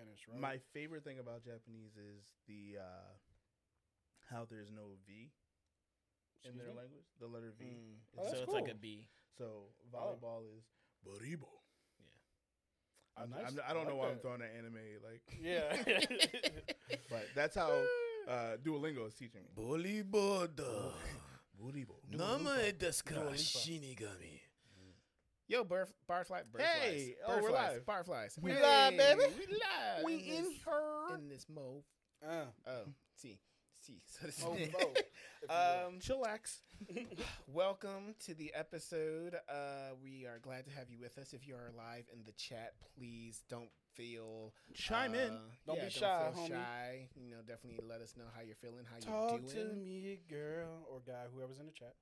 English, right? My favorite thing about Japanese is the uh, how there's no V in Excuse their me? language. The letter V. Mm. is Oh, that's so, so it's like cool. a B. so volleyball is baribo. Yeah. I'm, Nice. I'm, Oh, I don't I know like why I'm that. throwing an anime like, Yeah. but that's how uh, Duolingo is teaching me. Bully Buddha. Buribo. e Shinigami. Yo, barf, barfly, barflies. Hey, oh, we're Barflies. live. Barflies. We Hey, live, baby. We live. We in, in this, her. in this move. uh, Oh, see, see. So this oh, is, oh, if you will. um, Chillax. welcome to the episode. Uh, we are glad to have you with us. If you are live in the chat, please don't feel Chime in. uh, Don't yeah, be shy, feel homie. shy. You know, definitely let us know how you're feeling, how Talk you're to doing. me, girl or guy, whoever's in the chat.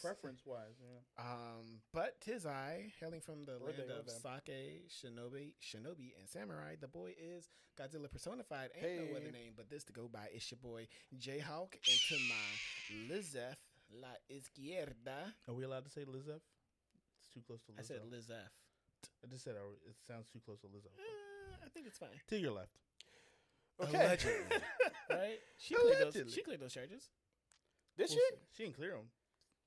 Preference wise, yeah. Um, but tis I, hailing from the Where'd they land go of then? sake, shinobi, shinobi, and samurai. The boy is Godzilla personified. Ain't no Hey. other name but this to go by. It's your boy J Hawk, and to my Lizeth La Izquierda. Are we allowed to say Lizef? It's too close to Lizzo. I said Lizeth. I just said I- it sounds too close to Lizzo. Uh, I think it's fine, To your left. Okay. Allegedly. right? She played Allegedly. those. She played those charges. Did We'll she? see. She didn't clear them.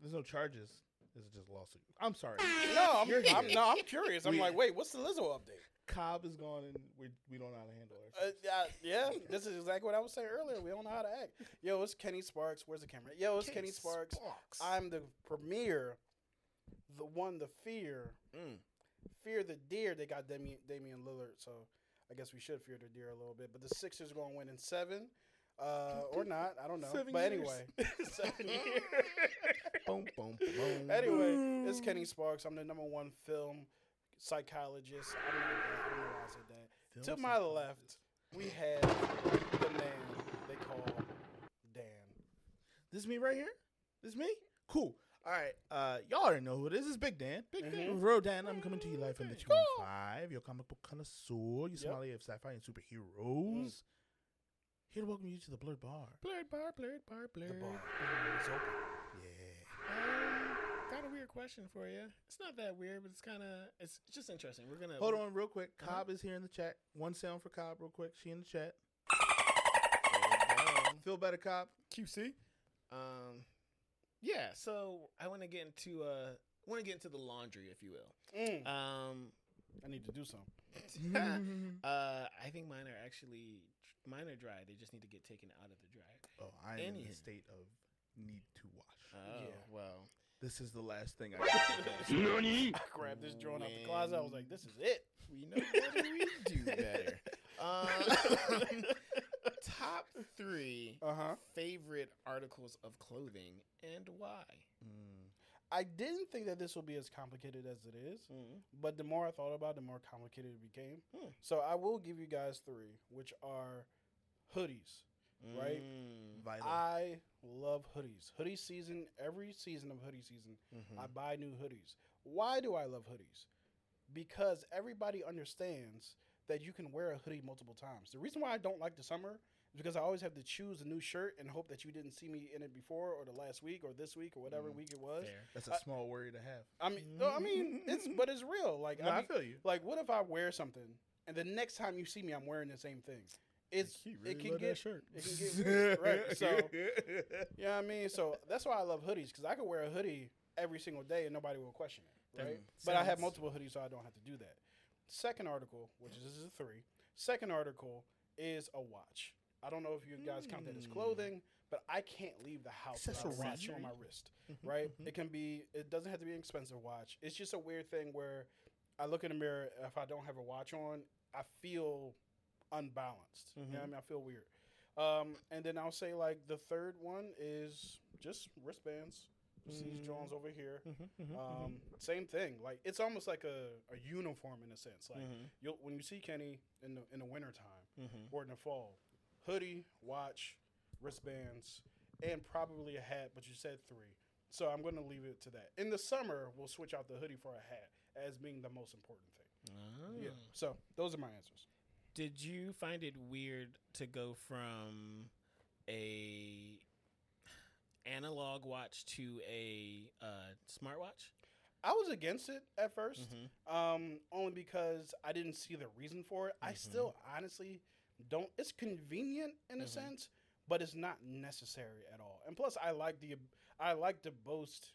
There's no charges. This is just lawsuit. I'm sorry. No, I'm, You're here. I'm no, I'm curious. I'm We- like, wait, what's the Lizzo update? Cobb is gone, and we we don't know how to handle her. Uh, uh, yeah, this is exactly what I was saying earlier. We don't know how to act. Yo, it's Kenny Sparks. Where's the camera? Yo, it's Kenny Kenny Sparks. Sparks. I'm the premier, the one, the fear, Mm. fear the deer. They got Damian, Damian Lillard, so I guess we should fear the deer a little bit. But the Sixers going to win in seven, uh, or not? I don't know. Seven but years. anyway, seven years. boom, boom, boom. Anyway, it's Kenny Sparks. I'm the number one film psychologist. I don't know, I don't know why I said that. to my left, we have the man they call Dan. This is me right here. This is me. Cool. All right. Uh, y'all already know who it is. It's Big Dan. Big Dan. Rodan. I'm coming to you live from the 215. Your comic book connoisseur. Your sommelier of sci-fi and superheroes. Mm. Here to welcome you to the Blurred Bar. Blurred bar, blurred bar, blurred. It's open. Um, got a weird question for you. It's not that weird, but it's kind of it's just interesting. We're gonna Hold on, real quick. Uh-huh. Cobb is here in the chat. One sound for Cobb, real quick. She in the chat. Feel better, Cobb. QC. Um, yeah. So I want to get into uh, want to get into the laundry, if you will. Mm. Um, I need to do something. Oh, uh, I think mine are actually mine are dry. They just need to get taken out of the dryer. Oh, I am in Anyhow. the state of need to wash. Oh Yeah. well. This is the last thing I I grabbed this drawing out the closet. I was like, this is it. We know what we do better. Um, top three Uh huh. favorite articles of clothing and why. I didn't think that this would be as complicated as it is, but the more I thought about it, the more complicated it became. So I will give you guys three, which are hoodies, right? Mm-hmm. vital. I love hoodies. Hoodie season, every season of hoodie season, Mm-hmm. Mm-hmm. I buy new hoodies. Why do I love hoodies? Because everybody understands that you can wear a hoodie multiple times. The reason why I don't like the summer is because I always have to choose a new shirt and hope that you didn't see me in it before or the last week or this week or whatever Mm, week it was. Fair. That's a small worry to have. I mean, no, I mean, it's but it's real. Like, No, I mean, feel you. Like, what if I wear something and the next time you see me, I'm wearing the same thing? It's He really it can love that get shirt. It can get weird, right. So yeah, I mean, so that's why I love hoodies because I could wear a hoodie every single day and nobody will question it, right? That But I have sounds- multiple hoodies, so I don't have to do that. Second article, which is this is a three. Second article is a watch. I don't know if you guys count that as clothing, but I can't leave the house without a watch on my wrist, right? Mm-hmm. It can be. It doesn't have to be an expensive watch. It's just a weird thing where I look in the mirror. If I don't have a watch on, I feel unbalanced. You know what I mean? I feel weird. Um, and then I'll say like the third one is just wristbands. You See these drawings over here. Mm-hmm. um, Same thing. Like it's almost like a, a uniform in a sense. Mm-hmm. Like you'll, when you see Kenny in the in the wintertime or in the fall, hoodie, watch, wristbands, and probably a hat. But you said three, so I'm going to leave it to that. In the summer, we'll switch out the hoodie for a hat as being the most important thing. Mm-hmm. Hmm. Yeah. Oh. So those are my answers. Did you find it weird to go from a analog watch to a uh, smartwatch? I was against it at Mm-hmm. 1st um, only because I didn't see the reason for it. I Mhm. still honestly don't. It's convenient in a Mhm. sense, but it's not necessary at all. And plus, I like the I like to boast.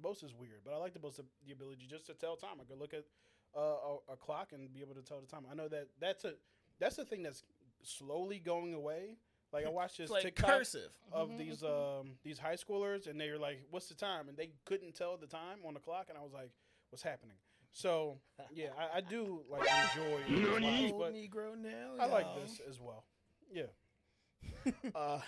Boast is weird, but I like to boast the, the ability just to tell time. I could look at uh, a, a clock and be able to tell the time. I know that that's a that's the thing that's slowly going away. Like I watched this It's like TikTok cursive. of Mm-hmm, Mhm, these mhm. um these high schoolers and they were like what's the time and they couldn't tell the time on the clock and i was like what's happening so yeah i, I do like enjoy Old it, but Negro now. i like y'all. this as well yeah Uh,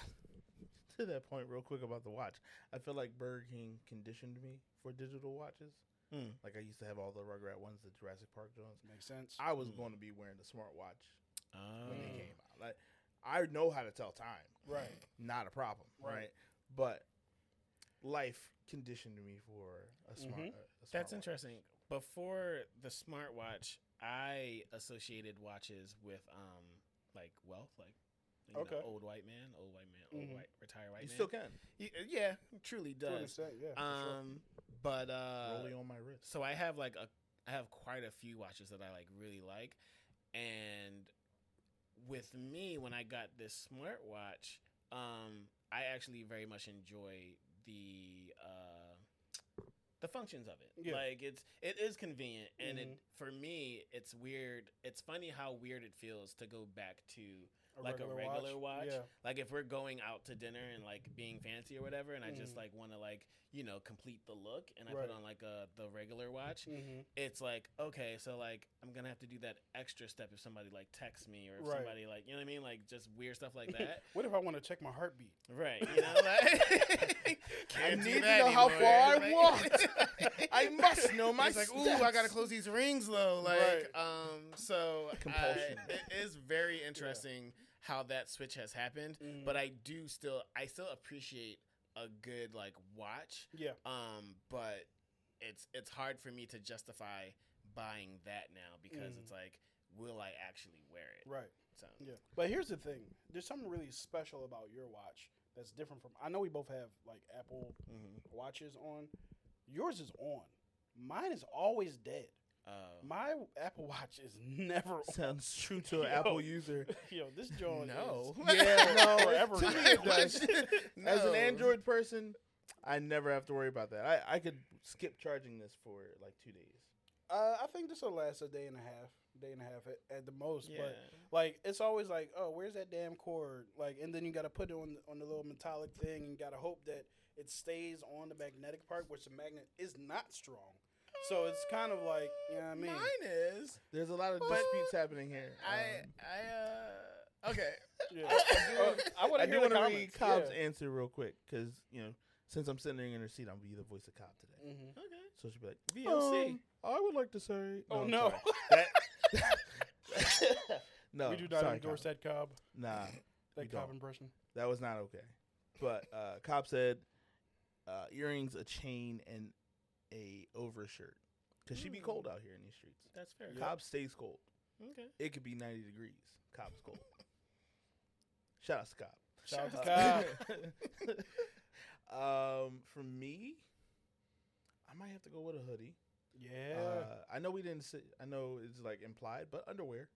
to that point, real quick about the watch, I feel like Burger King conditioned me for digital watches. Mm. Like I used to have all the Rugrat ones, the Jurassic Park Jones. makes sense I was Mm. going to be wearing the smartwatch when Mm. Uh. they came out. Like I know how to tell time, right not a problem, right? Right. But life conditioned me for a smart. Mhm. a- a Mm-hmm. That's smartwatch. interesting. Before the smartwatch, I associated watches with um like wealth, like you know, Okay. old white man, old white man, old Mhm. white retired white You man. still can. Y- yeah, truly to an does. extent, yeah for sure. Um, but uh, Rolly on my wrist. so I have like a I have quite a few watches that I like really like, and with me when I got this smartwatch, um, I actually very much enjoy the uh, the functions of it. Yeah. Mm-hmm. Like it's it is convenient, and it for me it's weird. It's funny how weird it feels to go back to like a regular watch? yeah like if we're going out to dinner and like being fancy or whatever, and I just Mhm. like want to like you know complete the look, and I Right. put on like a the regular watch hmm it's like okay so like i'm gonna have to do that extra step if somebody like texts me or if Right. somebody like you know what i mean like just weird stuff like that what if i want to check my heartbeat right you know like I need to know how far I walked. I must know my it's like ooh i steps." gotta close these rings low like Right. um so I- Compulsion. it is very interesting how that switch has happened Mhm. but i do still i still appreciate a good like watch yeah um but it's it's hard for me to justify buying that now because Mm. it's like will i actually wear it right so Yeah. But here's the thing. There's something really special about your watch that's different from I know we both have like Apple Mm-hmm. Mhm. watches on. Yours is on. Mine is always dead. uh, My Apple Watch is never on. Sounds true to an Yo. Apple user. Yo, this joint no is Yeah, no, forever. Oh, to me it does. As an No. Android person, I never have to worry about that. I, I could skip charging this for like two days. uh, I think this will last a day and a half, day and a half at, at the most, yeah. but like it's always like, oh, where's that damn cord? Like, and then you got to put it on the, on the little metallic thing, and got to hope that it stays on the magnetic part, which the magnet is not strong. So it's kind of like, you know what I mean? mine is There's a lot of But- disputes happening here. i Um, i uh okay Yeah. I do- Uh, I want I to do hear the want to read comments. Cobb's answer real quick because you know since I'm sitting in her seat, I'll be the voice of Cobb today. hmm okay So she'll be like, VOC. "Um, I would like to say, Oh I'm no, sorry. That- no, we do not sorry, endorse Cobb. that Cobb. Nah, We That Cobb don't. impression. that was not okay. But uh, Cobb said, uh, earrings, a chain, and a overshirt because she be Mm. cold out here in these streets. that's fair Cobb stays cold. okay It could be 90 degrees. Cobb's cold. Shout out to Cobb. Uh, Shout out Shout to out Cobb. um, for me, I might have to go with a hoodie. Yeah. Uh, I know we didn't. Say, I know it's like implied, but underwear.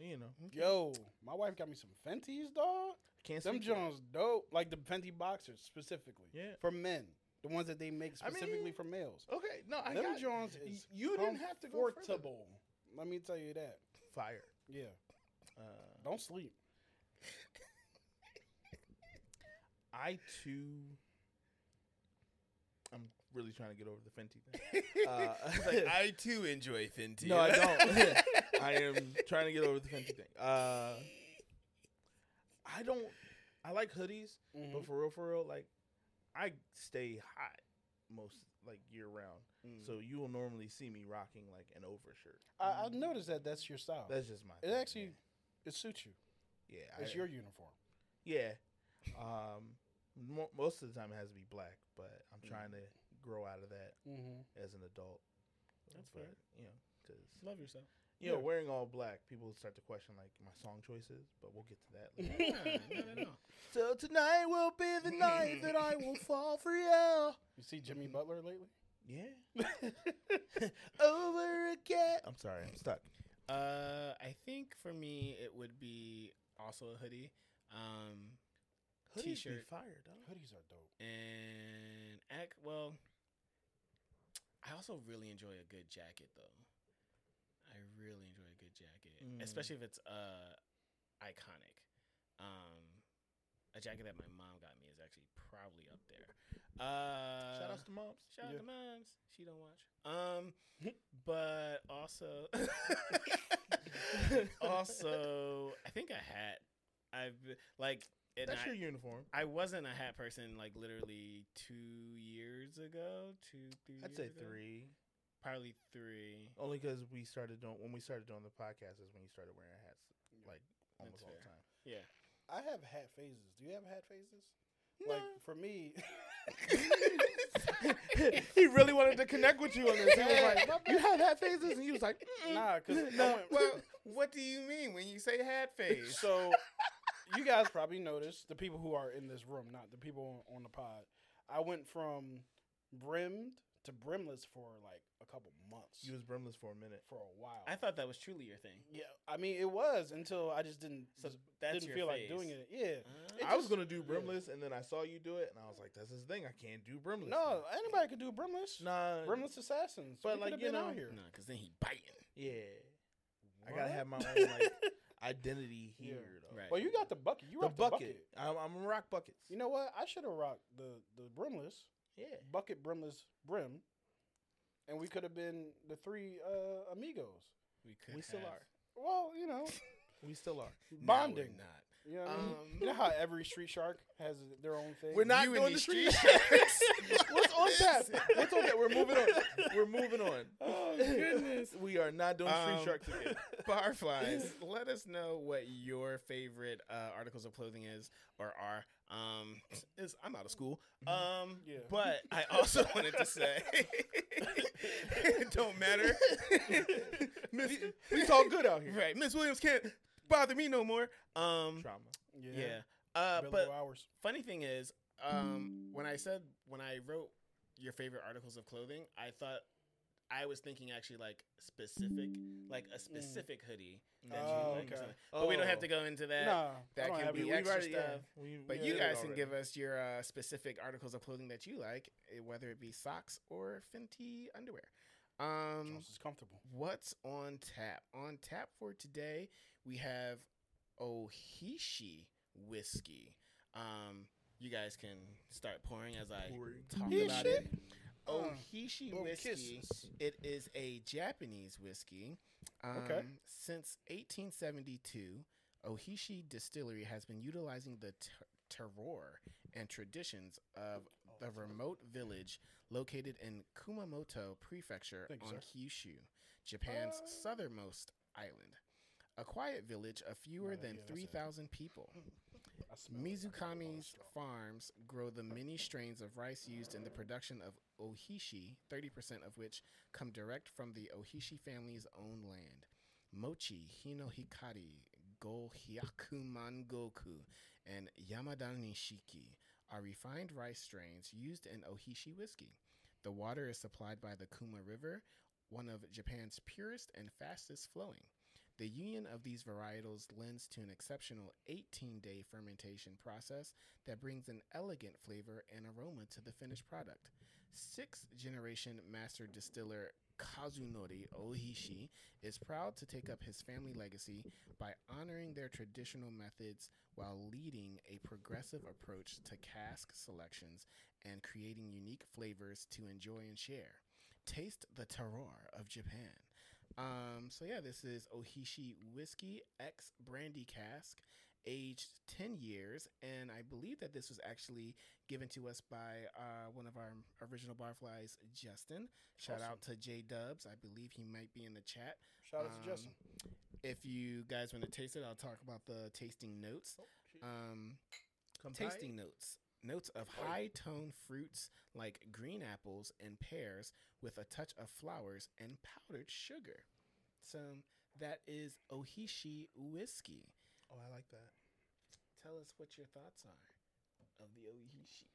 You know, Yo, my wife got me some Fenty's, dog. can't Them speak to that. Jones dope, like the Fenty boxers specifically Yeah. for men, the ones that they make I mean- specifically for males. Okay. No, I Them got Jones y- is You didn't have to go further. comfortable. Let me tell you that. Fire. Yeah, Uh, don't sleep. I too. I'm really trying to get over the Fenty thing. uh, Uh, like, i too enjoy fenty No, I don't. I am trying to get over the Fenty thing. Uh, I don't. I like hoodies, Mhm. but for real, for real, like I stay hot most like year round. Mm. So you will normally see me rocking like an overshirt. I, I noticed that that's your style. That's just my. it thing, actually, it suits you. yeah, yeah. It's I- your uniform. yeah. Um, mo- most of the time it has to be black, but I'm Mm. trying to grow out of that Mm-hmm. as an adult. That's But, fair. You know, because love yourself you know, Yeah. wearing all black, people start to question like my song choices, but we'll get to that later. yeah, no, no, no. so tonight will be the night that I will fall for you. You see Jimmy Butler lately? Yeah. Over again. I'm sorry. I'm stuck. Uh, I think for me it would be also a hoodie, um, Hoodies be T-shirt. fire, dog. Hoodies are dope. and ac- well, I also really enjoy a good jacket though. I really enjoy a good jacket, Mm. especially if it's uh iconic. Um, a jacket that my mom got me is actually probably up there. Uh, Shout outs to moms. Shout out Yeah. to moms. She don't watch. Um, but also, also, I think a hat. I've been- like, and That's I, your uniform. I wasn't a hat person like literally two years ago, two, three. I'd years say ago. three. probably three. Oh. Only because we started doing when we started doing the podcast is when you started wearing hats like almost all fair. the time. Yeah, I have hat phases. Do you have hat phases? Like No. for me, he really wanted to connect with you on this. He was Yeah, like, my "You have hat phases," and he was like, "Mm." "Mm-mm." nah, because No. well, what do you mean when you say hat face? so you guys probably noticed the people who are in this room, not the people on, on the pod. I went from brimmed to brimless for like a couple months "You was brimless for a minute." for a while. I thought that was truly your thing. yeah, I mean it was until I just didn't So just that's didn't your feel like phase. doing it. Yeah, Ah. It I was just- gonna do yeah. brimless, and then I saw you do it, and I was like, "That's his thing. I can't do brimless." no, anybody could do brimless. nah, Brimless assassins. But, we like, could've you been know- out here. No, because then he biting. Yeah, I gotta What? have my own like identity Yeah. here. Though. Right. well, you got the bucket. You The rock the bucket. bucket. I'm, I'm gonna rock buckets. You know what? I should have rocked the the brimless. yeah. bucket brimless brim, and we could have been the three uh, amigos. We could. We still have. are. Well, you know, We still are. bonding. No, we're not. You know, what I mean? Um, You know how every street shark has their own thing. We're not You and doing the these street. street sharks. What's on tap? What's on tap? We're moving on. We're moving on. Oh goodness. We are not doing street Um, sharks again. Barflies, let us know what your favorite uh, articles of clothing is or are. Um, is I'm out of school. Um, Yeah. but I also wanted to say, it don't matter. Miss, we talk good out here. right, Miss Williams can't bother me no more. Um, Trauma. yeah. Uh, Below but hours. funny thing is, um, when I said when I wrote your favorite articles of clothing, I thought I was thinking actually like specific, like a specific hoodie that you Oh, like. okay. Or something. But we don't have Oh. to go into that. nah, that I don't can have be any- extra already- stuff. we- But we you did guys can already. give us your uh, specific articles of clothing that you like, eh, whether it be socks or Fenty underwear. Um, Jones is comfortable. What's on tap? On tap for today, we have Ohishi whiskey. Um, you guys can start pouring as I Pouring. talk Hishi? about it. Uh, Ohishi little whiskey. kisses. It is a Japanese whiskey. Um, Okay. Since 1872, Ohishi Distillery has been utilizing the ter- terroir and traditions of the remote village located in Kumamoto Prefecture Thank you, on Kyushu, Japan's Uh. southernmost island. A quiet village of fewer yeah, than that's it. 3,000 people. I smell it. I can smell Oh, it on the Mizukami's straw. farms grow the many strains of rice used in the production of ohishi, 30% of which come direct from the ohishi family's own land. Mochi, Hinohikari, Go Hyaku Mangoku, and Yamadani Shiki are refined rice strains used in ohishi whiskey. The water is supplied by the Kuma River, one of Japan's purest and fastest flowing. The union of these varietals lends to an exceptional 18 day fermentation process that brings an elegant flavor and aroma to the finished product. Sixth generation master distiller Kazunori Ohishi is proud to take up his family legacy by honoring their traditional methods while leading a progressive approach to cask selections and creating unique flavors to enjoy and share. Taste the terroir of Japan. Um, so yeah, this is Ohishi whiskey X brandy cask, aged ten years, and I believe that this was actually given to us by uh, one of our original barflies, Justin. Shout out to J Dubs. I believe he might be in the chat. Shout out to Um, Justin. If you guys want to taste it, I'll talk about the tasting notes. Oh, Um, Come tasting notes. Notes of high tone fruits like green apples and pears with a touch of flowers and powdered sugar. So that is Ohishi whiskey. Oh, I like that. Tell us what your thoughts are of the Ohishi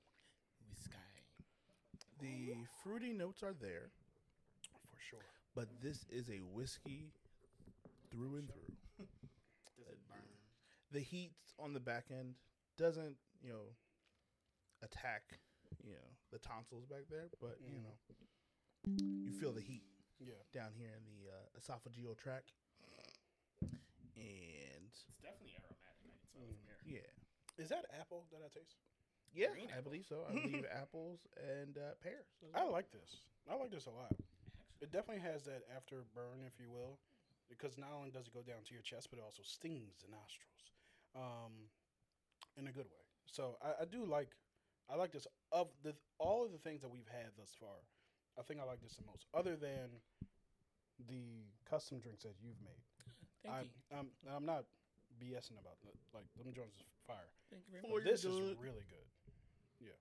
whiskey. The fruity notes are there, for sure. but this is a whiskey through and through. Does it burn? The heat on the back end doesn't, you know, attack, you know, the tonsils back there, but you Mhm. Mm. know, you feel the heat Yeah. down here in the uh, esophageal tract, and It's definitely aromatic. I can smell it from here. yeah, Is that apple that I taste? yeah, Green I apples. believe so. I believe apples and uh, pears. as I well. like this. I like this a lot. It definitely has that afterburn, if you will, because not only does it go down to your chest, but it also stings the nostrils, um, in a good way. So I, I do like, I like this of the all of the things that we've had thus far. I think I like this the most, other than the custom drinks that you've made. Thank I, you. I'm, and I'm not BSing about that. Like them Jones is fire. Thank you very Oh, But much. you're this is good. really good. Yeah,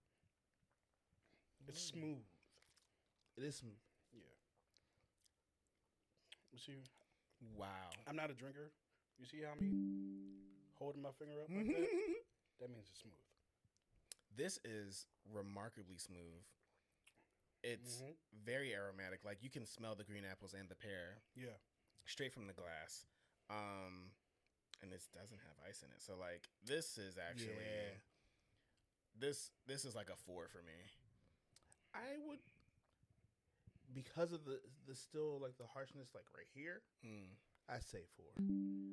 it's smooth. It is smooth. Yeah. You see, Wow. I'm not a drinker. You see how I'm holding my finger up like Mm-hmm. that? That means it's smooth. This is remarkably smooth. It's Mm-hmm. Mhm. very aromatic. Like you can smell the green apples and the pear Yeah. straight from the glass. Um, and this doesn't have ice in it. So like this is actually Yeah. this this is like a four for me. I would because of the the still like the harshness like right here. Mm. I say four.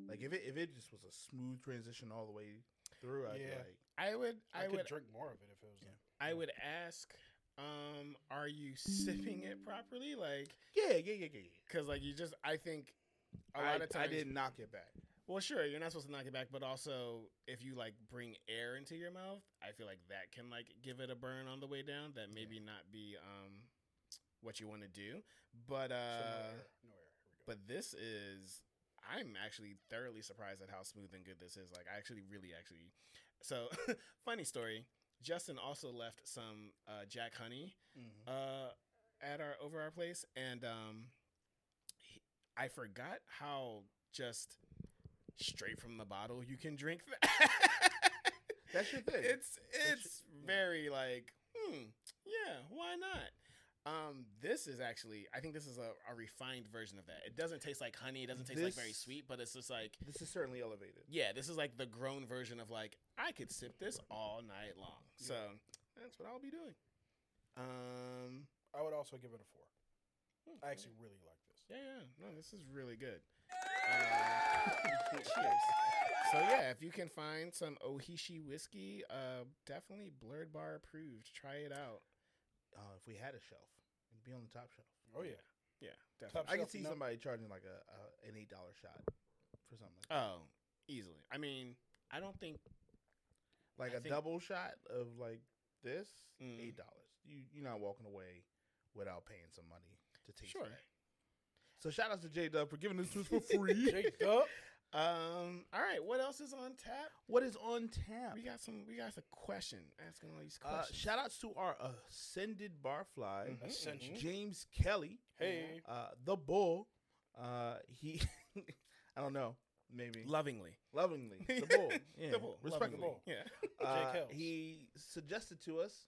Like if it if it just was a smooth transition all the way through, I'd be Yeah. like I would I, I, could would drink more of it if it was. Yeah. like- I would ask, um, are you sipping it properly? Like, yeah, yeah, yeah, yeah. yeah. cause like you just I think a I, lot of times I didn't knock it back. Well, sure, you're not supposed to knock it back, but also if you like bring air into your mouth, I feel like that can like give it a burn on the way down. That maybe not be um what you want to do, but uh, so no air. No air. Here we go. but this is I'm actually thoroughly surprised at how smooth and good this is. Like, I actually really actually. So, funny story. Justin also left some uh, Jack Honey uh, at our over our place, and um, he- I forgot how just straight from the bottle you can drink that. That's your thing. It's your- it's very like, hmm, yeah, why not? Um, this is actually, I think this is a, a refined version of that. It doesn't taste like honey. It doesn't taste like very This- sweet, but it's just like, This is certainly elevated. yeah, this is like the grown version of like, I could sip this all night long. So that's what I'll be doing. Um, hmm, I would also give it a four. I actually. actually really like this. Yeah, yeah. No, this is really good. Um, cheers. So yeah, if you can find some Ohishi whiskey, uh, definitely Blurred Bar approved. Try it out. Uh, if we had a shelf, it'd be on the top shelf. Oh yeah. Yeah, Top definitely. I can shelf, see no- somebody charging like a, a an eight dollar shot for something like Oh, easily. I mean, I don't think. that. Like I a think- double shot of like this, Mm. eight dollars. You you're not walking away without paying some money to taste Sure. that. So shout out to J Dub for giving this to us for free. Jake up. Um. All right. What else is on tap? What is on tap? We got some. We got a question. Asking all these Uh, questions. shout outs to our ascended barfly, uh, Mhm, Ascension. James Kelly, Hey. uh, the bull. Uh, he, I don't know, maybe mm-hmm. Lovingly. lovingly, the bull, yeah, The bull. respectfully. Lovingly. Yeah. Uh, Jake Helms. he suggested to us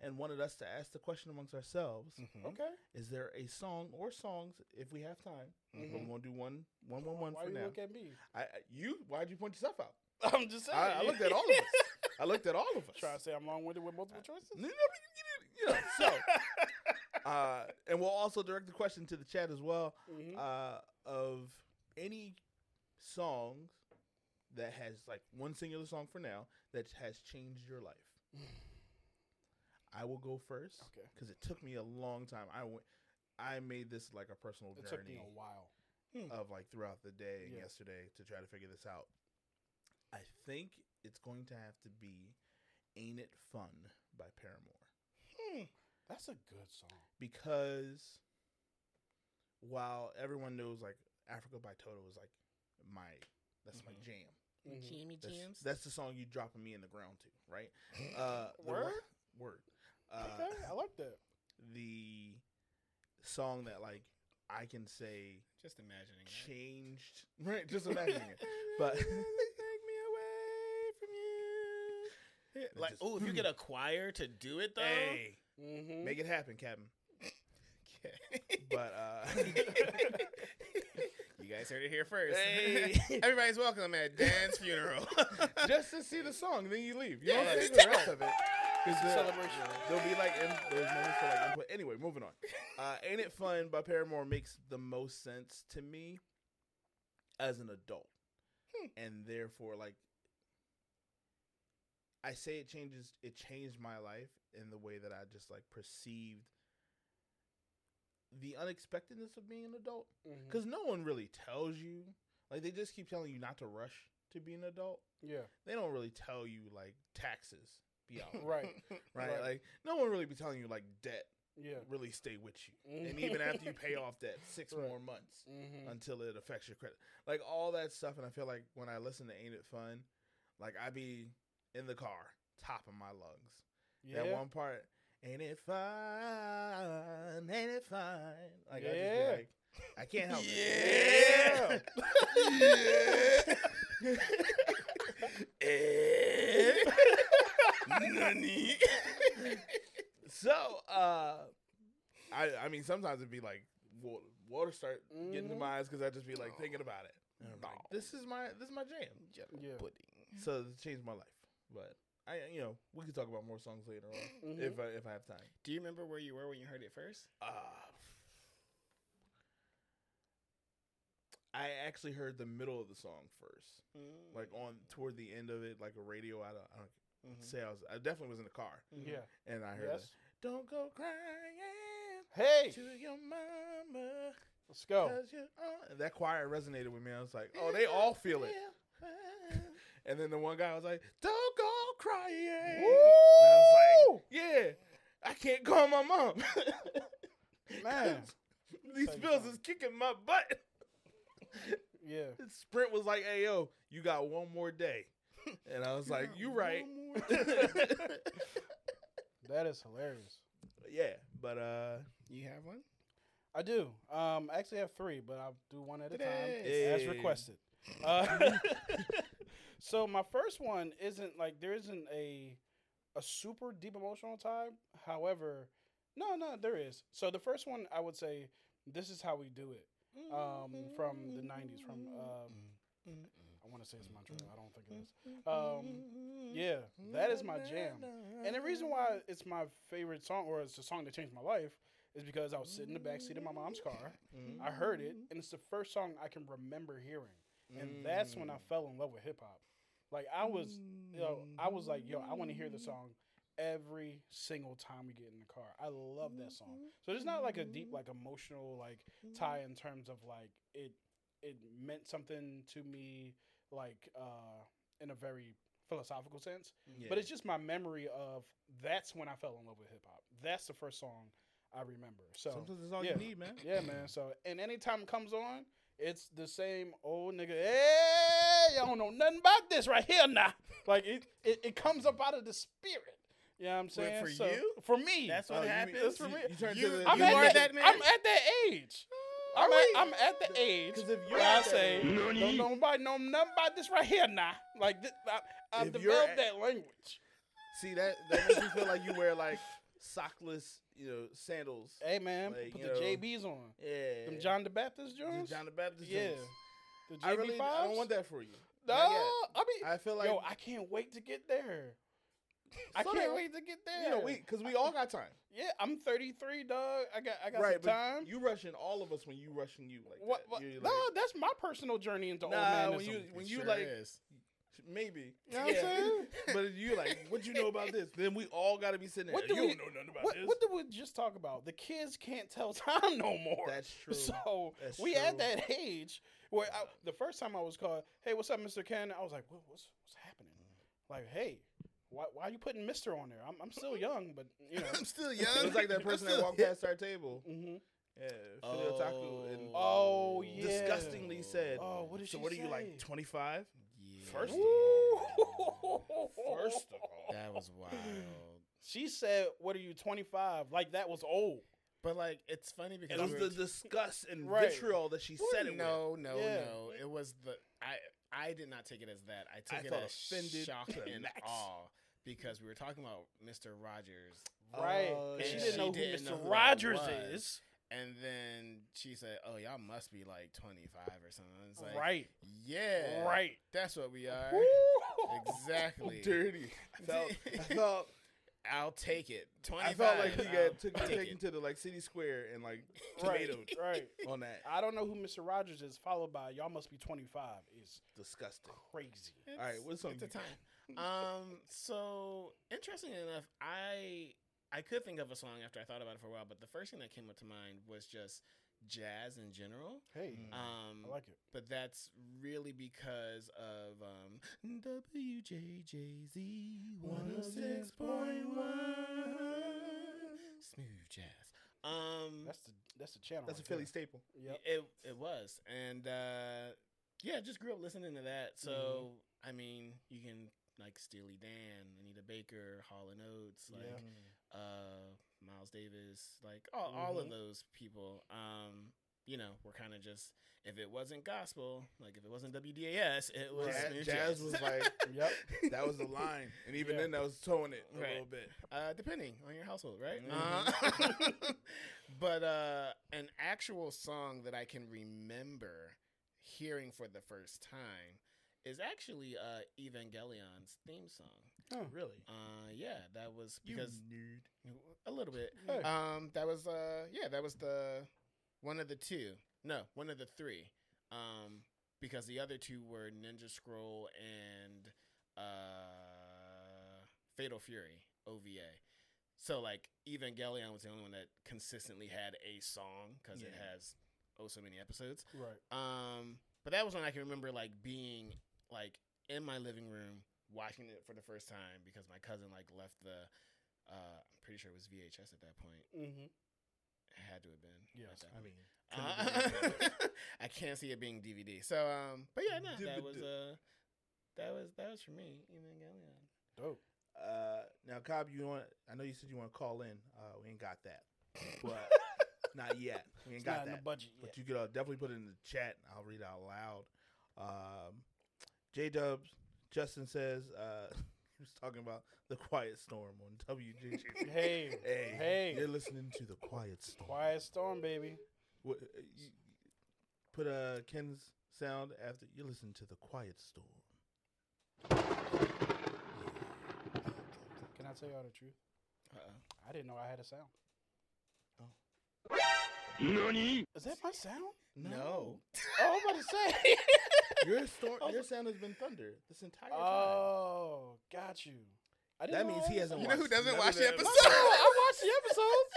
and wanted us to ask the question amongst ourselves: Mm-hmm. Okay. Is there a song or songs, if we have time? Mhm. But we're gonna do one, one, one, one Mm-hmm. Why for you now. look at me? I, I- you, why'd you point yourself out? I'm just saying. I, I looked at all of us. I looked at all of us. Try to say I'm long winded with multiple choices. Uh, No, no, no, you didn't- you know, so, uh, and we'll also direct the question to the chat as well Mhm. uh, of any songs that has like one singular song for now that has changed your life. I will go first Okay. because it took me a long time. I went, I made this like a personal It took me journey a while. of like throughout the day and Yeah. yesterday to try to figure this out. I think it's going to have to be "Ain't It Fun" by Paramore. Mm-hmm. That's a good song. because while everyone knows like Africa by Toto is like my that's my Mhm. jam. Mhm. Jimmy That's, that's the song you dropping me in the ground to, right? Uh, the Word? wa- word. Uh, okay, I like that. The song that like I can say Just imagining. that. changed. Right, just imagining it. But- Take me away from you. That's Like, just- oh, if you get a choir to do it though, Hey, Mm-hmm. make it happen, Captain. but But uh, you guys heard it here first. Hey. Everybody's welcome at Dan's funeral. just to see the song, then you leave. You Yeah. don't sing the rest of it. 'cause the- celebration. There'll be like in, there's moments for like input. Anyway, moving on. Uh, Ain't It Fun by Paramore makes the most sense to me as an adult, Hmm. and therefore like I say it changes. It changed my life in the way that I just like perceived the unexpectedness of being an adult Mhm. because no one really tells you. Like they just keep telling you not to rush to be an adult. Yeah. They don't really tell you like taxes be out Right. right? Right. Like no one really be telling you like debt Yeah. really stay with you, and even after you pay off debt, six Right. more months Mm-hmm. until it affects your credit, like all that stuff. And I feel like when I listen to "Ain't It Fun," like I be in the car, top of my lungs. Yeah. That one part, "Ain't It Fun? Ain't It Fun?" Like I just Yeah. be like, I can't help Yeah. it. Eh. Nani? so, uh, I I mean, sometimes it'd be like water, water start getting to Mhm. my eyes because I'd just be like Aw. thinking about it. And I'm like, Aw. this is my this is my jam. Mm-hmm. Yeah. Pudding. So it changed my life. But I, you know, we could talk about more songs later on Mhm. if I, if I have time. Do you remember where you were when you heard it first? Uh, Ah. I actually heard the middle of the song first, Mm-hmm. like on toward the end of it, like a radio. I don't, I don't Mm-hmm. say I was. I definitely was in the car, Yeah. and I heard. Mm-hmm. Yes. that, Don't go crying Hey, Oh. to your mama. let's go. 'cause you're on-" That choir resonated with me. I was like, oh, they all feel it. And then the one guy was like, don't go crying. And I was like, yeah, I can't call my mom. Man. 'Cause These Same bills time. is kicking my butt. Yeah. Sprint was like, hey, yo, you got one more day. And I was like, you right. That is hilarious. yeah, but uh, you have one? I do. Um, I actually have three, but I'll do one at a time Hey. as requested. Uh, so my first one isn't like there isn't a a super deep emotional tie. However, no, no, there is. So the first one I would say this is how we do it. Um, from the '90s, from um, Mm-hmm. I want to say it's Montreal. I don't think it is. Mm-hmm. Um, Mm-hmm. yeah, that is my jam. And the Mm-hmm. reason why it's my favorite song, or it's the song that changed my life, is because I was sitting in the back seat of my mom's car. Mm. I heard it, and it's the first song I can remember hearing, Mm. and that's when I fell in love with hip hop. Like I was, you know, I was like, yo, I want to hear the song every single time we get in the car. I love that song. So there's not like a deep, like emotional, like tie in terms of like it, it meant something to me, like uh, in a very philosophical sense. Yeah. But it's just my memory of that's when I fell in love with hip hop. That's the first song I remember. So sometimes it's all yeah. you need, man. yeah, man. So and anytime it comes on, it's the same old nigga. Hey, I don't know nothing about this right here now. Like it, it, it comes up out of the spirit. You know what I'm saying? for So, you? for me, That's Oh, what you mean- happens. that's for me. You turned You- to the, I'm you at are that, that man. I'm at that age. I'm, Alright. at, I'm at the age. Oh, 'Cause if where you're I at that say, age- don't nobody know nothing about this right here now. Like this, I, I've If you're developed at- that language. See that that makes me feel like you wear like sockless, you know, sandals. Hey man, Like, put you the know, JBs on. Yeah. Them John the Baptist The joints. John the Baptist. yeah. joints. The JB I really I don't fives? want that for you. No, Not yet. I mean, I feel like yo, I can't wait to get there. I Slow can't down. wait to get there. you know, we because we all got time, yeah, I'm 33, dog. I got I got right? some time. you rushing all of us when you rushing you like what, that. what- You're no, like, that's my personal journey into Nah, old when man. you when It you sure like is. maybe You know what I'm saying? but you like what you know about this? Then we all got to be sitting there. What do you we- don't know nothing about what this. what did we just talk about? The kids can't tell time no more. That's true. So That's we at true. that age where I, the first time I was called, hey, what's up, Mister Ken? I was like, what, what's what's happening? Like, hey, why why are you putting Mister on there? I'm I'm still young, but you know. I'm still young. It was like that person that walked past our table. hmm Yeah, Fidel Taco and Oh, yeah. disgustingly said. Oh, what did so she what are you say? like 25? First First of of all, First of all, that was wild. she said, "What are you, 25?" Like that was old. But like, it's funny because It was we the were- disgust and Right. vitriol that she said it with. no, no, Yeah. no. It was the I. I did not take it as that. I took I it felt as offended shock to the and max. awe because we were talking about Mr. Rogers, Right. Oh, and she yeah. didn't She know didn't who Mr. know who that Rogers was. is. and then she said, "Oh, y'all must be like 25 or something." It's like, right. Yeah, Right. That's what we are. Exactly. Dirty. I felt, I felt, I'll take it. 25. I felt like we I'll got took, take taken it. to the like city square and like Right. tomatoed Right. on that. I don't know who Mr. Rogers is, followed by y'all must be 25 is Disgusting. crazy. All right, what's on It's a you? time. Um. So interestingly enough, I I could think of a song after I thought about it for a while, but the first thing that came up to mind was just jazz in general. Hey, Mm. Um. I like it. but that's really because of um, WJJZ 106.1 smooth jazz. Um, That's the that's the channel. That's a right Philly there. staple. Yep. it it was, and uh, yeah, just grew up listening to that. So Mm-hmm. I mean, you can like Steely Dan, Anita Baker, Hall and Oates, like Yeah. uh, Miles Davis, like all, all Mm-hmm. of Mhm. those people, um, you know, were kind of just if it wasn't gospel, like if it wasn't WDAS, it was Ja- smooth jazz, was like Yep. that was the line, and even Yeah. then that was towing it a Right. little bit. uh, depending on your household, right? Mhm. Uh, but uh, an actual song that I can remember hearing for the first time is actually uh, Evangelion's theme song. Really, Uh, yeah, that was you because nerd. a little bit. Hey. Um, that was uh, yeah, that was the one of the two. No, one of the three. Um, because the other two were Ninja Scroll and uh, Fatal Fury OVA. So like Evangelion was the only one that consistently had a song because it Yeah. has oh so many episodes. Right. Um, but that was when I can remember like being like in my living room watching it for the first time because my cousin like left the. Uh, I'm pretty sure it was VHS at that point. Mm-hmm. It had to have been. at Yes, that I point. mean, Uh, I can't see it being DVD. So, um, but yeah, no, that was DVD. uh, that was that was for me. Evangelion. Dope. uh, now Cobb, you want? I know you said you want to call in. Uh, we ain't got that, but not yet. We ain't It's got not in that. the budget But yet. you could uh, definitely put it in the chat. and I'll read it out loud. Um, J Dubs, Justin says uh, he was talking about the Quiet Storm on WJJ. Hey, hey, hey. you're listening to the Quiet Storm. Quiet Storm, baby. Wha- uh, you- put uh, Ken's sound after you listen to the Quiet Storm. Can I tell y'all the truth? Uh-oh. I didn't know I had a sound. Oh. Is that my sound? No. Oh, I'm about to say. your storm, your sound has been thunder this entire time. oh, got you. I didn't that know I means had he a hasn't. sound. You know watched who doesn't none watch of the that. No, episode? no, no, I watched the episodes.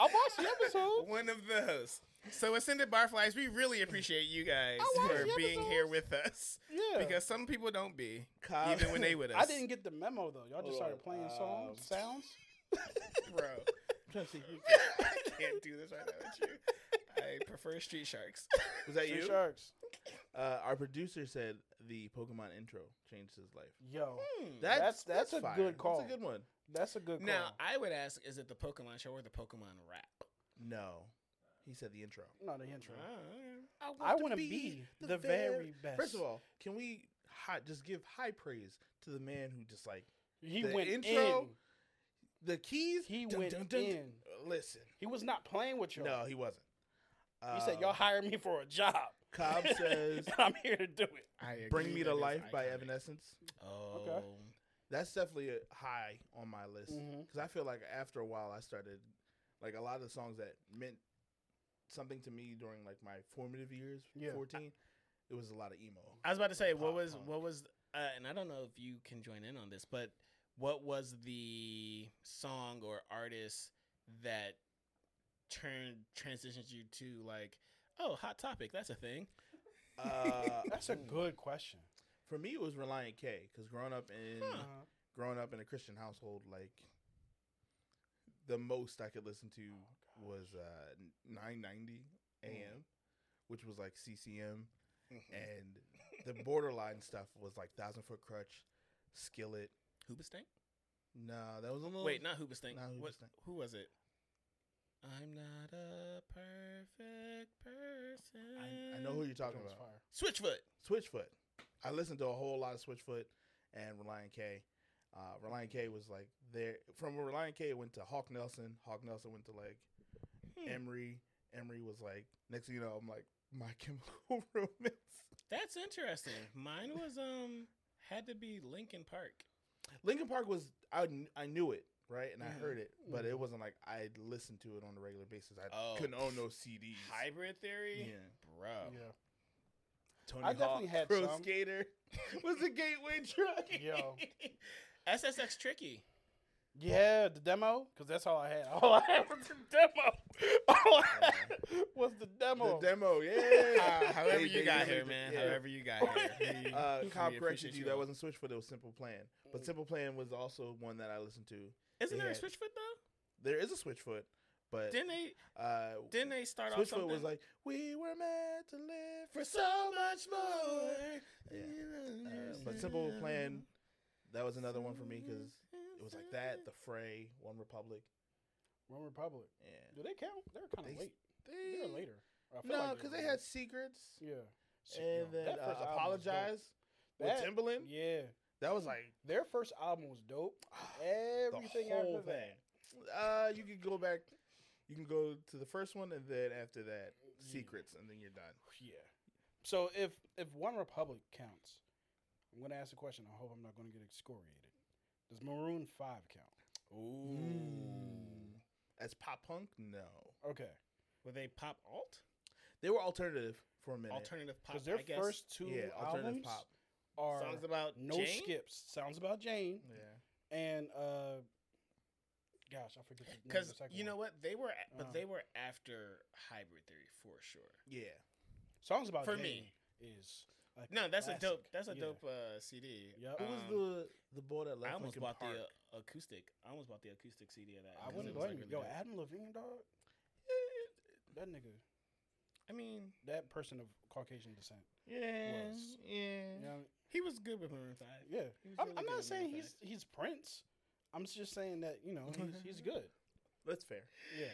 I watched the episodes. One of those. So, Ascended Barflies, we really appreciate you guys I watched for the being here episodes. with us Yeah. Uh, because some people don't be, Cobb- even when they with us. I didn't get the memo though. Y'all Hold just on, started playing songs, um, sounds. bro. I'm trying to see who- I can't do this right now with you. I prefer Street Sharks. Was that Three you? Sharks. Uh, our producer said the Pokemon intro changed his life. Yo, Hmm. That's- that's a fire. good call. That's a good one. that's a good call. Now, I would ask, is it the Pokemon show or the Pokemon rap? No, he said the intro. Not the intro. Oh, I I want to be, the, very, best. First of all, can we hot, just give high praise to the man who just like he the went intro- in. the keys? He dun, went dun, dun, dun. in. Listen, He was not playing with y'all. no, he wasn't. he said, "Y'all hire me for a job." Cobb uh, says, And "I'm here to do it." "Bring Me to Life" by Evanescence. Oh, That's definitely a high on my list because Mhm. I feel like after a while I started like a lot of the songs that meant something to me during like my formative years, Yeah. fourteen. It was a lot of emo. I was about to say, what Pop was punk. what was, uh, and I don't know if you can join in on this, but what was the song or artist that turned transitions you to like, oh, hot topic, that's a thing. Uh, That's a good question. for me. It was Reliant K because growing up in Huh. Uh-huh. growing up in a Christian household, like the most I could listen to Oh, was uh, nine ninety Mm. a.m., which was like CCM, Eh, and the borderline stuff was like Thousand Foot Crutch, Skillet. Hoobastank? No, that was a little Wait, not Hoobastank. not What, Hoobastank. who was it? I'm not a perfect person. I, I know who you're talking Jones about. Fire. Switchfoot. Switchfoot. I listened to a whole lot of Switchfoot and Reliant K. Uh, Reliant K was like there from where Reliant K went to Hawk Nelson. Hawk Nelson went to like Hmm. Emery. Emery was like next thing you know, I'm like my chemical romance. That's interesting. Mine was um had to be Lincoln Park. Lincoln Park was I kn- I knew it right and Mhm. I heard it, but it wasn't like I listened to it on a regular basis. I Oh. couldn't own no CDs. Hybrid yeah. theory, bro. Yeah. Tony I definitely Hawk, had Pro some. Skater was the gateway drug. Yo. SSX Tricky. Yeah, the demo, because that's all I had. All I had was the demo. All I had was the demo. Uh-huh. The demo, yeah. Uh, however They- you they got limited here, it, man. yeah. However you got here. We- Uh, we Cobb appreciate corrected you. you That all. wasn't Switchfoot. It was Simple Plan. Mm. But Simple Plan was also one that I listened to. Isn't there a yeah. Switchfoot though? There is a Switchfoot, but Didn't they? uh, Didn't they start off Switchfoot something? was like, "We were meant to live for for so." so much more. Yeah. Uh, but Simple Plan, that was another one for me because it was like that. The Fray, One Republic, One Republic. yeah. Do they count? They're kind They- of late. They, They were later. I feel No, like because were they later. had Secrets Yeah. Shit, yo, and then that uh, first album was dope. Apologize with That- Timbaland. Yeah. That was like ah, Their first album was dope. Everything whole after that. Uh, you can go back. You can go to the first one, and then after that, Yeah. secrets, and then you're done. Yeah. So if if One Republic counts, I'm gonna ask a question. I hope I'm not gonna get excoriated. Does Maroon Five count? Ooh. Mm. As pop punk, no, Okay. Were they pop alt? they were alternative for a minute. Alternative pop. Because their I guess. first two yeah, albums alternative pop. are songs about no Jane? skips. Sounds about Jane Yeah, and uh, gosh, I forget. the name of the Because second you know one. what they were, a- but Uh. they were after Hybrid Theory for sure. yeah. songs about for Jane me. is a No, that's Oh, classic. a dope. That's a Yeah. dope uh, CD. Yep. Who was Um, the the boy that left I almost Linkin bought Park? the uh, acoustic. I almost bought the acoustic CD of that. I 'cause wouldn't it was, blame like, you. Yo, really dope. Adam Levine, dog. That nigga, I mean, that person of Caucasian descent. yeah, was. yeah. Mm-hmm. You know what I mean? he was good with Maroon Five. Yeah. He was I'm, really I'm good not with saying Maroon he's he's Prince. I'm just saying that you know he's, he's good. That's fair. Yeah.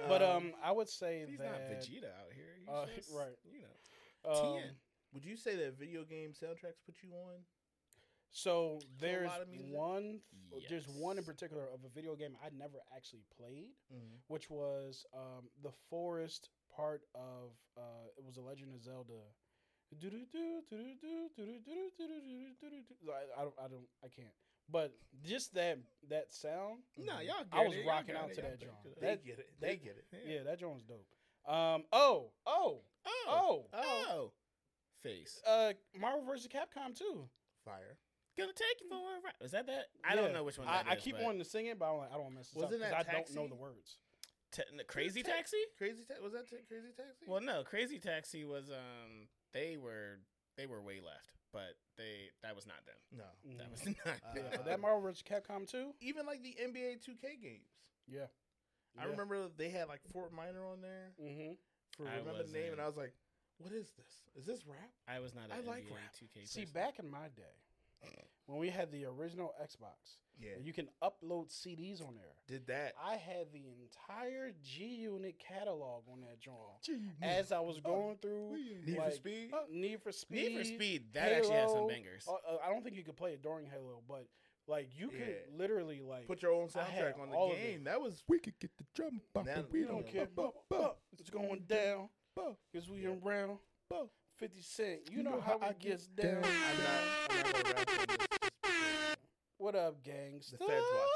5. But um, I would say he's not that Vegeta out here. He's uh, just, right. You know, um, TN. Would you say that video game soundtracks put you on? so there's lot of music? one there's one in Yes. particular of a video game I never actually played, which was um the forest part of uh it was a Legend of Zelda. Doo-doo-doo, doo-doo-doo, doo-doo-doo, doo-doo-doo, doo-doo-doo. I, I don't I don't I can't. But just that that sound, Nah, Mhm. y'all. Mm-hmm. I get was it, y'all rocking got out it, to y'all that got genre. it. They That- get it. They that- get it. yeah, that joint was dope. Um oh, oh, Oh, oh. oh, face. Uh Marvel vs. Capcom too. Fire. Gonna take you for a ride. Was that that? I don't Yeah. know which one. I, that I is, keep but wanting to sing it, but I don't, I don't mess this Wasn't up that 'cause I don't know Taxi? the words. Te- n- Crazy Ta- Taxi. Crazy. Ta- was that t- Crazy Taxi? Well, no, Crazy Taxi was um they were they were way left, but they that was not them. no. That Mhm. was not Uh, yeah, them. but that Marvel vs. Capcom too. Even like the NBA 2K games. Yeah, I remember they had like Fort Minor on there hmm for I remember the name, and wasn't. I was like, "What is this? Is this rap?" I was not. I I like like rap. Two K. See, back in my day, when we had the original Xbox, Yeah, you can upload CDs on there. did that. I had the entire G Unit catalog on that joint. As I was going through Need for like, Speed. uh, Need for Speed, Need for Speed that actually has some Halo, bangers. Uh, uh, I don't think you could play it during Halo, but like you could Yeah. literally like Put your own I had soundtrack on all the of it. game. That was We could get the drum bump, Now- but we You don't, don't care. bump, Buh, bump, bump. buh, It's going down. Buh. Because we in round. Buh. 50 Cent. You, know, how, I gets down. down. I'm not, I'm not gonna rap on this just because What up, gangs? the feds watching.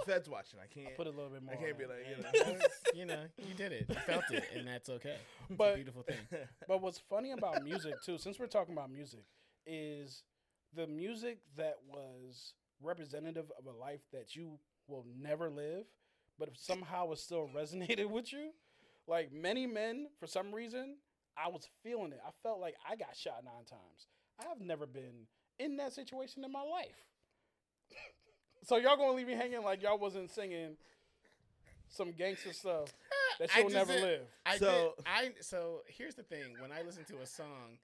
The feds watching. I can't. Put a little bit more. I on can't be that. like you know. you know, you did it. You felt it, and that's okay. It's But- a beautiful thing. But what's funny about music, too, since we're talking about music, is the music that was representative of a life that you will never live, but if somehow it still resonated with you. Like many men, for some reason, I was feeling it. I felt like I got shot nine times. I have never been in that situation in my life. so y'all gonna leave me hanging like y'all wasn't singing some gangster stuff that I you'll just never did- live. I so So- I so here's the thing. When I listen to a song,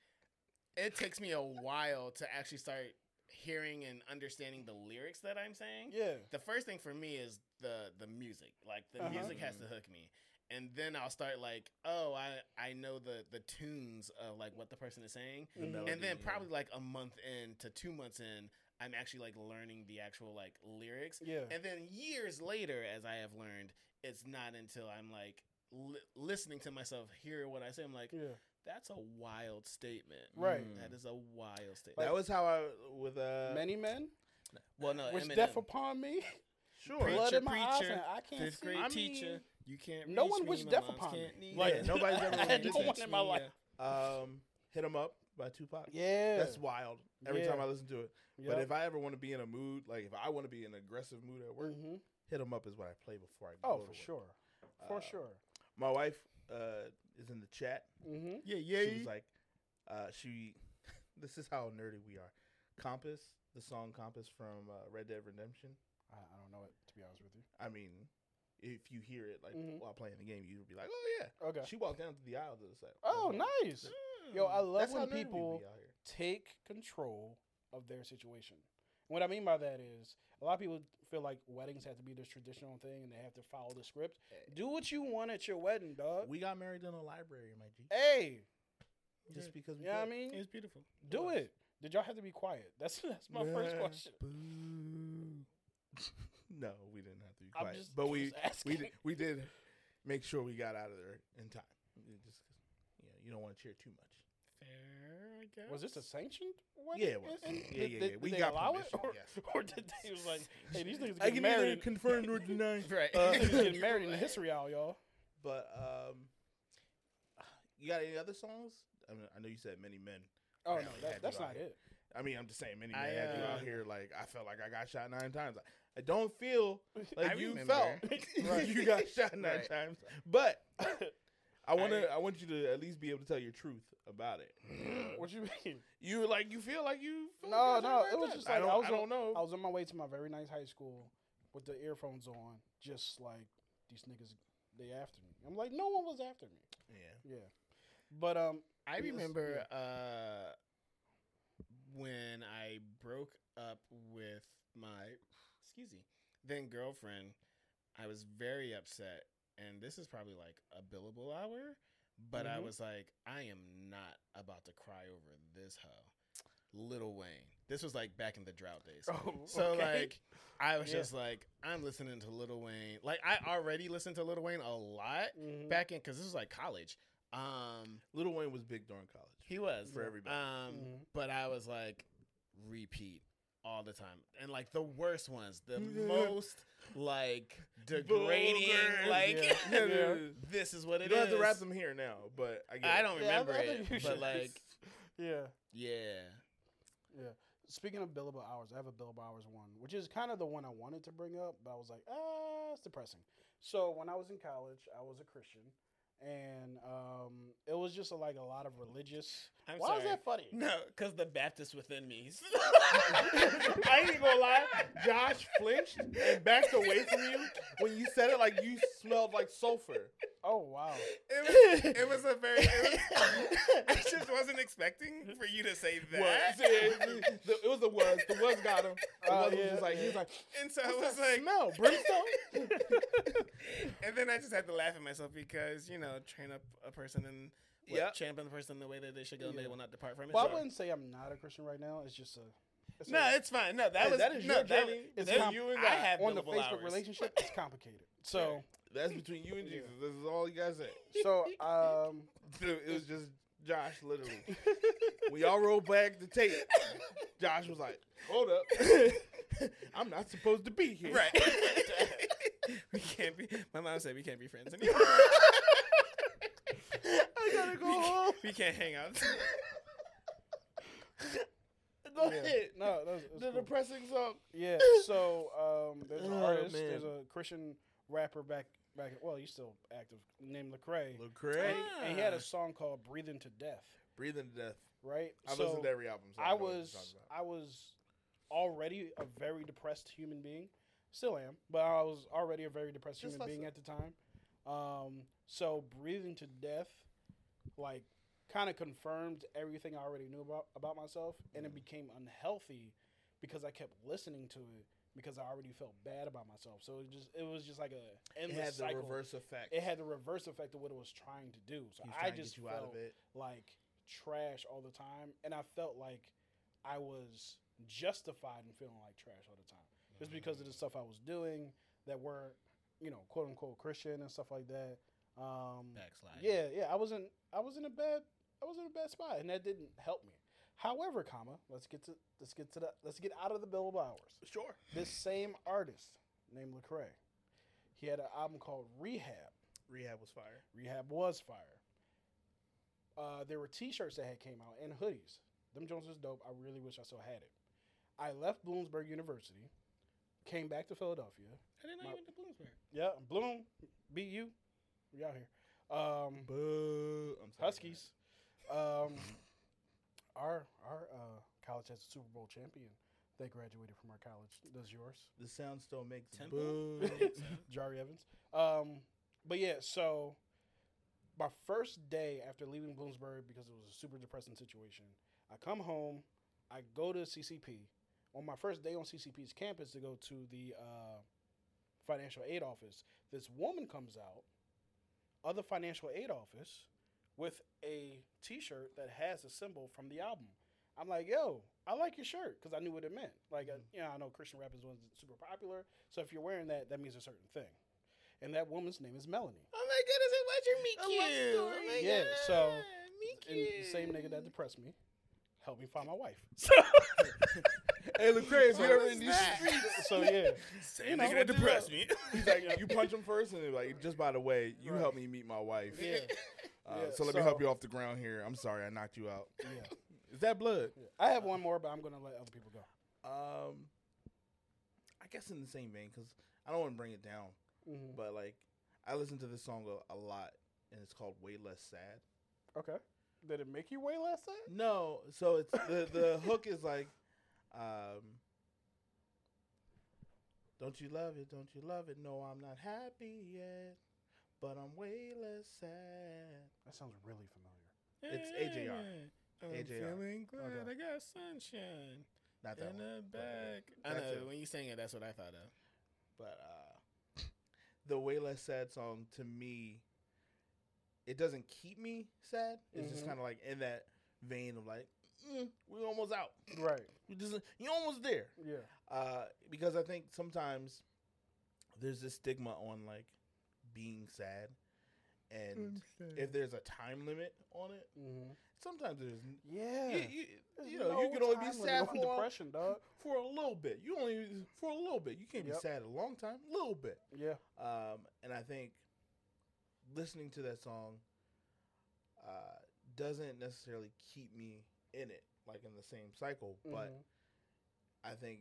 it takes me a while to actually start hearing and understanding the lyrics that I'm saying. Yeah. The first thing for me is the the music. Like the Uh-huh. music has to hook me. And then I'll start like, oh, I, I know the, the tunes of like what the person is saying. Mhm. melody. And then yeah. probably like a month in to two months in, I'm actually like learning the actual like lyrics. Yeah. And then years later, as I have learned, it's not until I'm like li- listening to myself hear what I say, I'm like, yeah. that's a wild statement. Mm. Right. That is a wild statement. that was how I with uh Many men, well, no, which uh, Eminem. death upon me, sure blood Preacher, in my eyes, preacher, and I can't fifth see. grade I teacher. mean, you can't. no reach one me, was my deaf mom's upon can't me. kneel. Like, nobody's ever I really had did no that. one in my Yeah. life. um hit 'em up by Tupac. Yeah, That's wild. Every Yeah. time I listen to it. Yep. But if I ever want to be in a mood, like if I want to be in an aggressive mood at work, Mhm. hit 'em up is what I play before I go. oh, to for work. sure, for Uh, sure. My wife uh, is in the chat. Mm-hmm. Yeah, yeah. She was like, uh, she. this is how nerdy we are. Compass, the song Compass from uh, Red Dead Redemption. I, I don't know it to be honest with you. I mean, if you hear it like Mhm. while playing the game, you'd be like, oh yeah. Okay. She walked down to the aisle to the side. Oh, nice. Yo, I love Mm. That's how when nerdy people we out here. take control of their situation. What I mean by that is a lot of people feel like weddings have to be this traditional thing and they have to follow the script. Do what you want at your wedding, dog. Eh. We got married in a library, my G. hey, Just because we you know what I could. mean? It's beautiful. Do it. Did y'all have to be quiet? That's that's my first Yeah. question. Boo. no, we didn't have to be I'm quiet, just- but just we we asking. did, we did make sure we got out of there in time. It just, you know, you don't want to cheer too much. Fair, I guess. Was this a sanctioned wedding? Yeah, it was. And- and Yeah, did- yeah, did- yeah. did We they got allow permission, it, or, yes. or did they it was like, hey, these niggas I get can married, either in- confirm or deny. right? Uh, these niggas get married in the history aisle, y'all. But um, you got any other songs? I mean, I know you said many men. Oh Yeah, no, we had you that, that's out not here. it. I mean, I'm just saying many men I, had you uh, out here. Like I felt like I got shot nine times. I, I don't feel like I you remember. felt Right. you got shot nine Right. times, but. I want I- to. I want you to at least be able to tell your truth about it. What you mean? You were like you feel like you. feel No, like no, that's it was right. just I like, don't, I was don't know. I was on my way to my very nice high school with the earphones on, just like these niggas, they after me. I'm like, no one was after me. yeah. Yeah, but um, I Yes, remember uh, when I broke up with my excuse me then girlfriend. I was very upset, and this is probably like a billable hour, but I Mhm. was like, I am not about to cry over this hoe, Little Wayne. This was like back in the drought days. oh, So okay. like I was Yeah. just like I'm listening to Little Wayne. Like I already listened to Little Wayne a lot Mhm. back in because this was like college. Um, Little Wayne was big during college. he was For everybody. Um, Mhm. but I was like repeat all the time, and like the worst ones, the Yeah. most like degrading. Vulgar. Like Yeah. No, no, Yeah. no, no. this is what You it don't have to is. wrap them here now, but I get I it. don't Yeah, I- I remember think you it, should. but like yeah. yeah, Speaking of billable hours, I have a billable hours one, which is kind of the one I wanted to bring up, but I was like, ah, it's depressing. So when I was in college, I was a Christian, and um, it was just a, like a lot of religious. I'm Why sorry. is that funny? No, because the Baptist within me. I ain't gonna lie. Josh flinched and backed away from you when you said it. Like you smelled like sulfur. Oh wow. It was, it was a very. It was, I just wasn't expecting for you to say that. Was. It, was- it was the was. The was got him. The Oh, was was yeah, just like he was yeah. like. and so I What's was that like, smell brimstone. and then I just had to laugh at myself because you know, train up a person and what, Yeah. train up the person the way that they should go, and Yeah. they will not depart from it. Well, So- I wouldn't say I'm not a Christian right now. It's just a. It's no, a- it's fine. No, that Hey, was that is no, your that, journey. That, It's com- you and I I have on the billable Facebook hours. relationship. It's complicated. So, That's between you and Yeah. Jesus. This is all you guys said. so um, Dude, it was just Josh, literally. when y'all rolled back the tape, Josh was like, "Hold up, I'm not supposed to be here." Right. we can't be. My mom said we can't be friends anymore. I gotta go we, home. we can't hang out. Go yeah. ahead. no, that was, it was the cool. depressing song. Yeah. So um, there's an Oh, artist. man. There's a Christian rapper back back. Well, he's still active. Named Lecrae. Lecrae, And- And he Ah. had a song called "Breathing to Death." breathing to death. Right. I've So listened to every album. So I know what you're was talking about. I was already a very depressed human being. Still am, but I was already a very depressed Just human like being so. at the time. Um, so breathing to death, like, kind of confirmed everything I already knew about about myself, and it became unhealthy because I kept listening to it because I already felt bad about myself. So it just it was just like a It endless had the cycle. reverse effect. It had the reverse effect of what it was trying to do. So He was I trying to just get you felt out of it. like trash all the time and i felt like i was justified in feeling like trash all the time. It's Mm-hmm. because of the stuff I was doing that were, you know, quote unquote Christian and stuff like that. Um, Backslide. yeah, yeah, I wasn't, I was in a bad, I was in a bad spot, and that didn't help me. However, comma, let's get to, let's get to the, let's get out of the bill of hours. Sure. This same artist named Lecrae, he had an album called Rehab. Rehab was fire. Rehab was fire. Uh, there were T-shirts that had came out and hoodies. Them Jones was dope. I really wish I still had it. I left Bloomsburg University, came back to Philadelphia. I didn't know My- you went to Bloomsburg. Yeah, Bloom, BU, we out here. Um, Boo. I'm sorry, Huskies. Um, our our uh, college has a Super Bowl champion that graduated from our college. Does yours? guys. The sound still makes Temple? boo. Jari Evans. Um, but yeah, so my first day after leaving Bloomsburg because it was a super depressing situation, I come home, I go to CCP. On my first day on CCP's campus to go to the uh, financial aid office, this woman comes out of the financial aid office with a T-shirt that has a symbol from the album. I'm like, yo, I like your shirt because I knew what it meant. Like, uh, you know, I know Christian rappers wasn't super popular, so if you're wearing that, that means a certain thing. And that woman's name is Melanie. Oh my goodness, it was your meet Oh, what cute. Oh story? my Yeah, God, so, meet And the cute. same nigga that depressed me helped me find my wife. hey, Lecrae, if you What ever was in these that? streets, so yeah, Same You know, nigga what that to do. depressed me. he's like, you punch him first, and they're like, just by the way, you Right. helped me meet my wife. yeah, Uh, Yeah, so let me so- help you off the ground here. I'm sorry, I knocked you out. yeah, Is that blood? yeah. I have one more, but I'm gonna let other people go. Um, I guess in the same vein, because I don't want to bring it down, Mhm. but like, I listen to this song a, a lot, and it's called "Way Less Sad." Okay. Did it make you way less sad? No, so it's the the hook is like, um, don't you love it? Don't you love it? No, I'm not happy yet, but I'm way less sad. That sounds really familiar. It's AJR. I'm AJR. feeling glad Okay. I got sunshine Not that in one, the but, uh, back. I That's know it. when you sang it, that's what I thought of. but uh, the "Way Less Sad" song to me, it doesn't keep me sad. It's just Mhm. kind of like in that vein of like, mm, we're almost out. Right. You just you're almost there. Yeah. uh, because I think sometimes there's this stigma on like being sad, and if there's a time limit on it, Mm-hmm. sometimes there's n- Yeah. you, you, you know you can only be sad on for, depression, dog. for a little bit. You only for a little bit. You can't Yep. be sad a long time, a little bit. Yeah. Um, and I think listening to that song uh, doesn't necessarily keep me in it, like in the same cycle, but Mhm. I think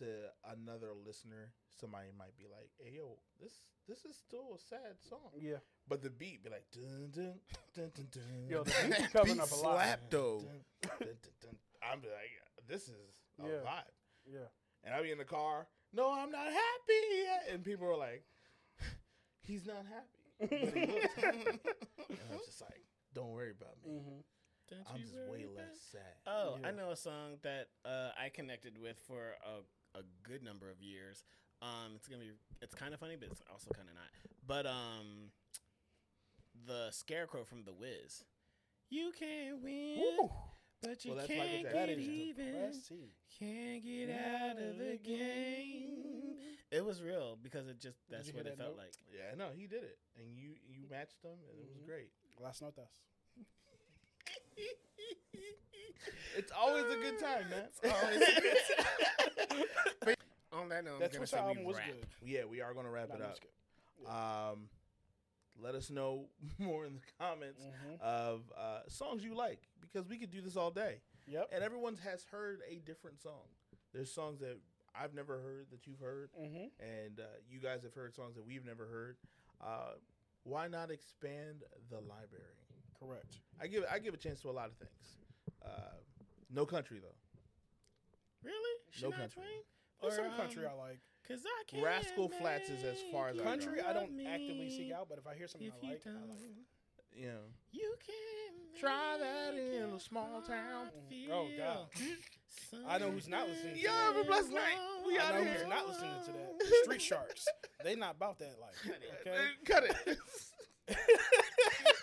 to another listener, somebody might be like, "Hey, yo, this this is still a sad song," yeah. but the beat be like, "Dun dun dun dun dun." Yo, the dun, beat be dun, covering up a lot. slap though. Dun, dun, dun. I'm be like, "This is a Yeah. vibe," Yeah. and I be in the car. No, I'm not happy, yet. and people are like, "He's not happy," but he looks happy." and I'm just like, "Don't worry about me. Mm-hmm. Don't I'm you just worry way about- less sad." Oh, Yeah. I know a song that uh, I connected with for a, a good number of years. Um, it's gonna be it's kind of funny, but it's also kind of not. But um, the Scarecrow from The Wiz. You can't win, but you Well, that's Michael can't Jackson. That get is even. depressing. Can't get out of the game. It was real because it just Did that's you what hear it that felt note? like. Yeah, no, he did it, and you you matched him, and it was Mhm. great. Last note, that's. It's always a good time, man. It's always a good time. On that note, I'm That's gonna which say we album was wrap. good. yeah, we are gonna wrap Nah, it no up. skip. Um, let us know more in the comments Mm-hmm. Mhm. of uh, songs you like because we could do this all day. Yep. And everyone has heard a different song. There's songs that I've never heard that you've heard, Mm-hmm. and uh, you guys have heard songs that we've never heard. Uh, why not expand the library? Correct. I give I give a chance to a lot of things. Uh, no country though. Really? No Should I country. train? There's Or, some country um, I like. Cause I can't Rascal Flatts is as far as make I you go. Country I don't love actively seek me out, but if I hear something If I you like, I don't, like it. You know. you can Try that make in a your small town. heart Mm. Oh, God. feel I know who's not listening to Y'all have a something blessed night. We wrong. I outta know here. who's not listening to that. The Street Sharks. They not about that life. Okay. Cut it.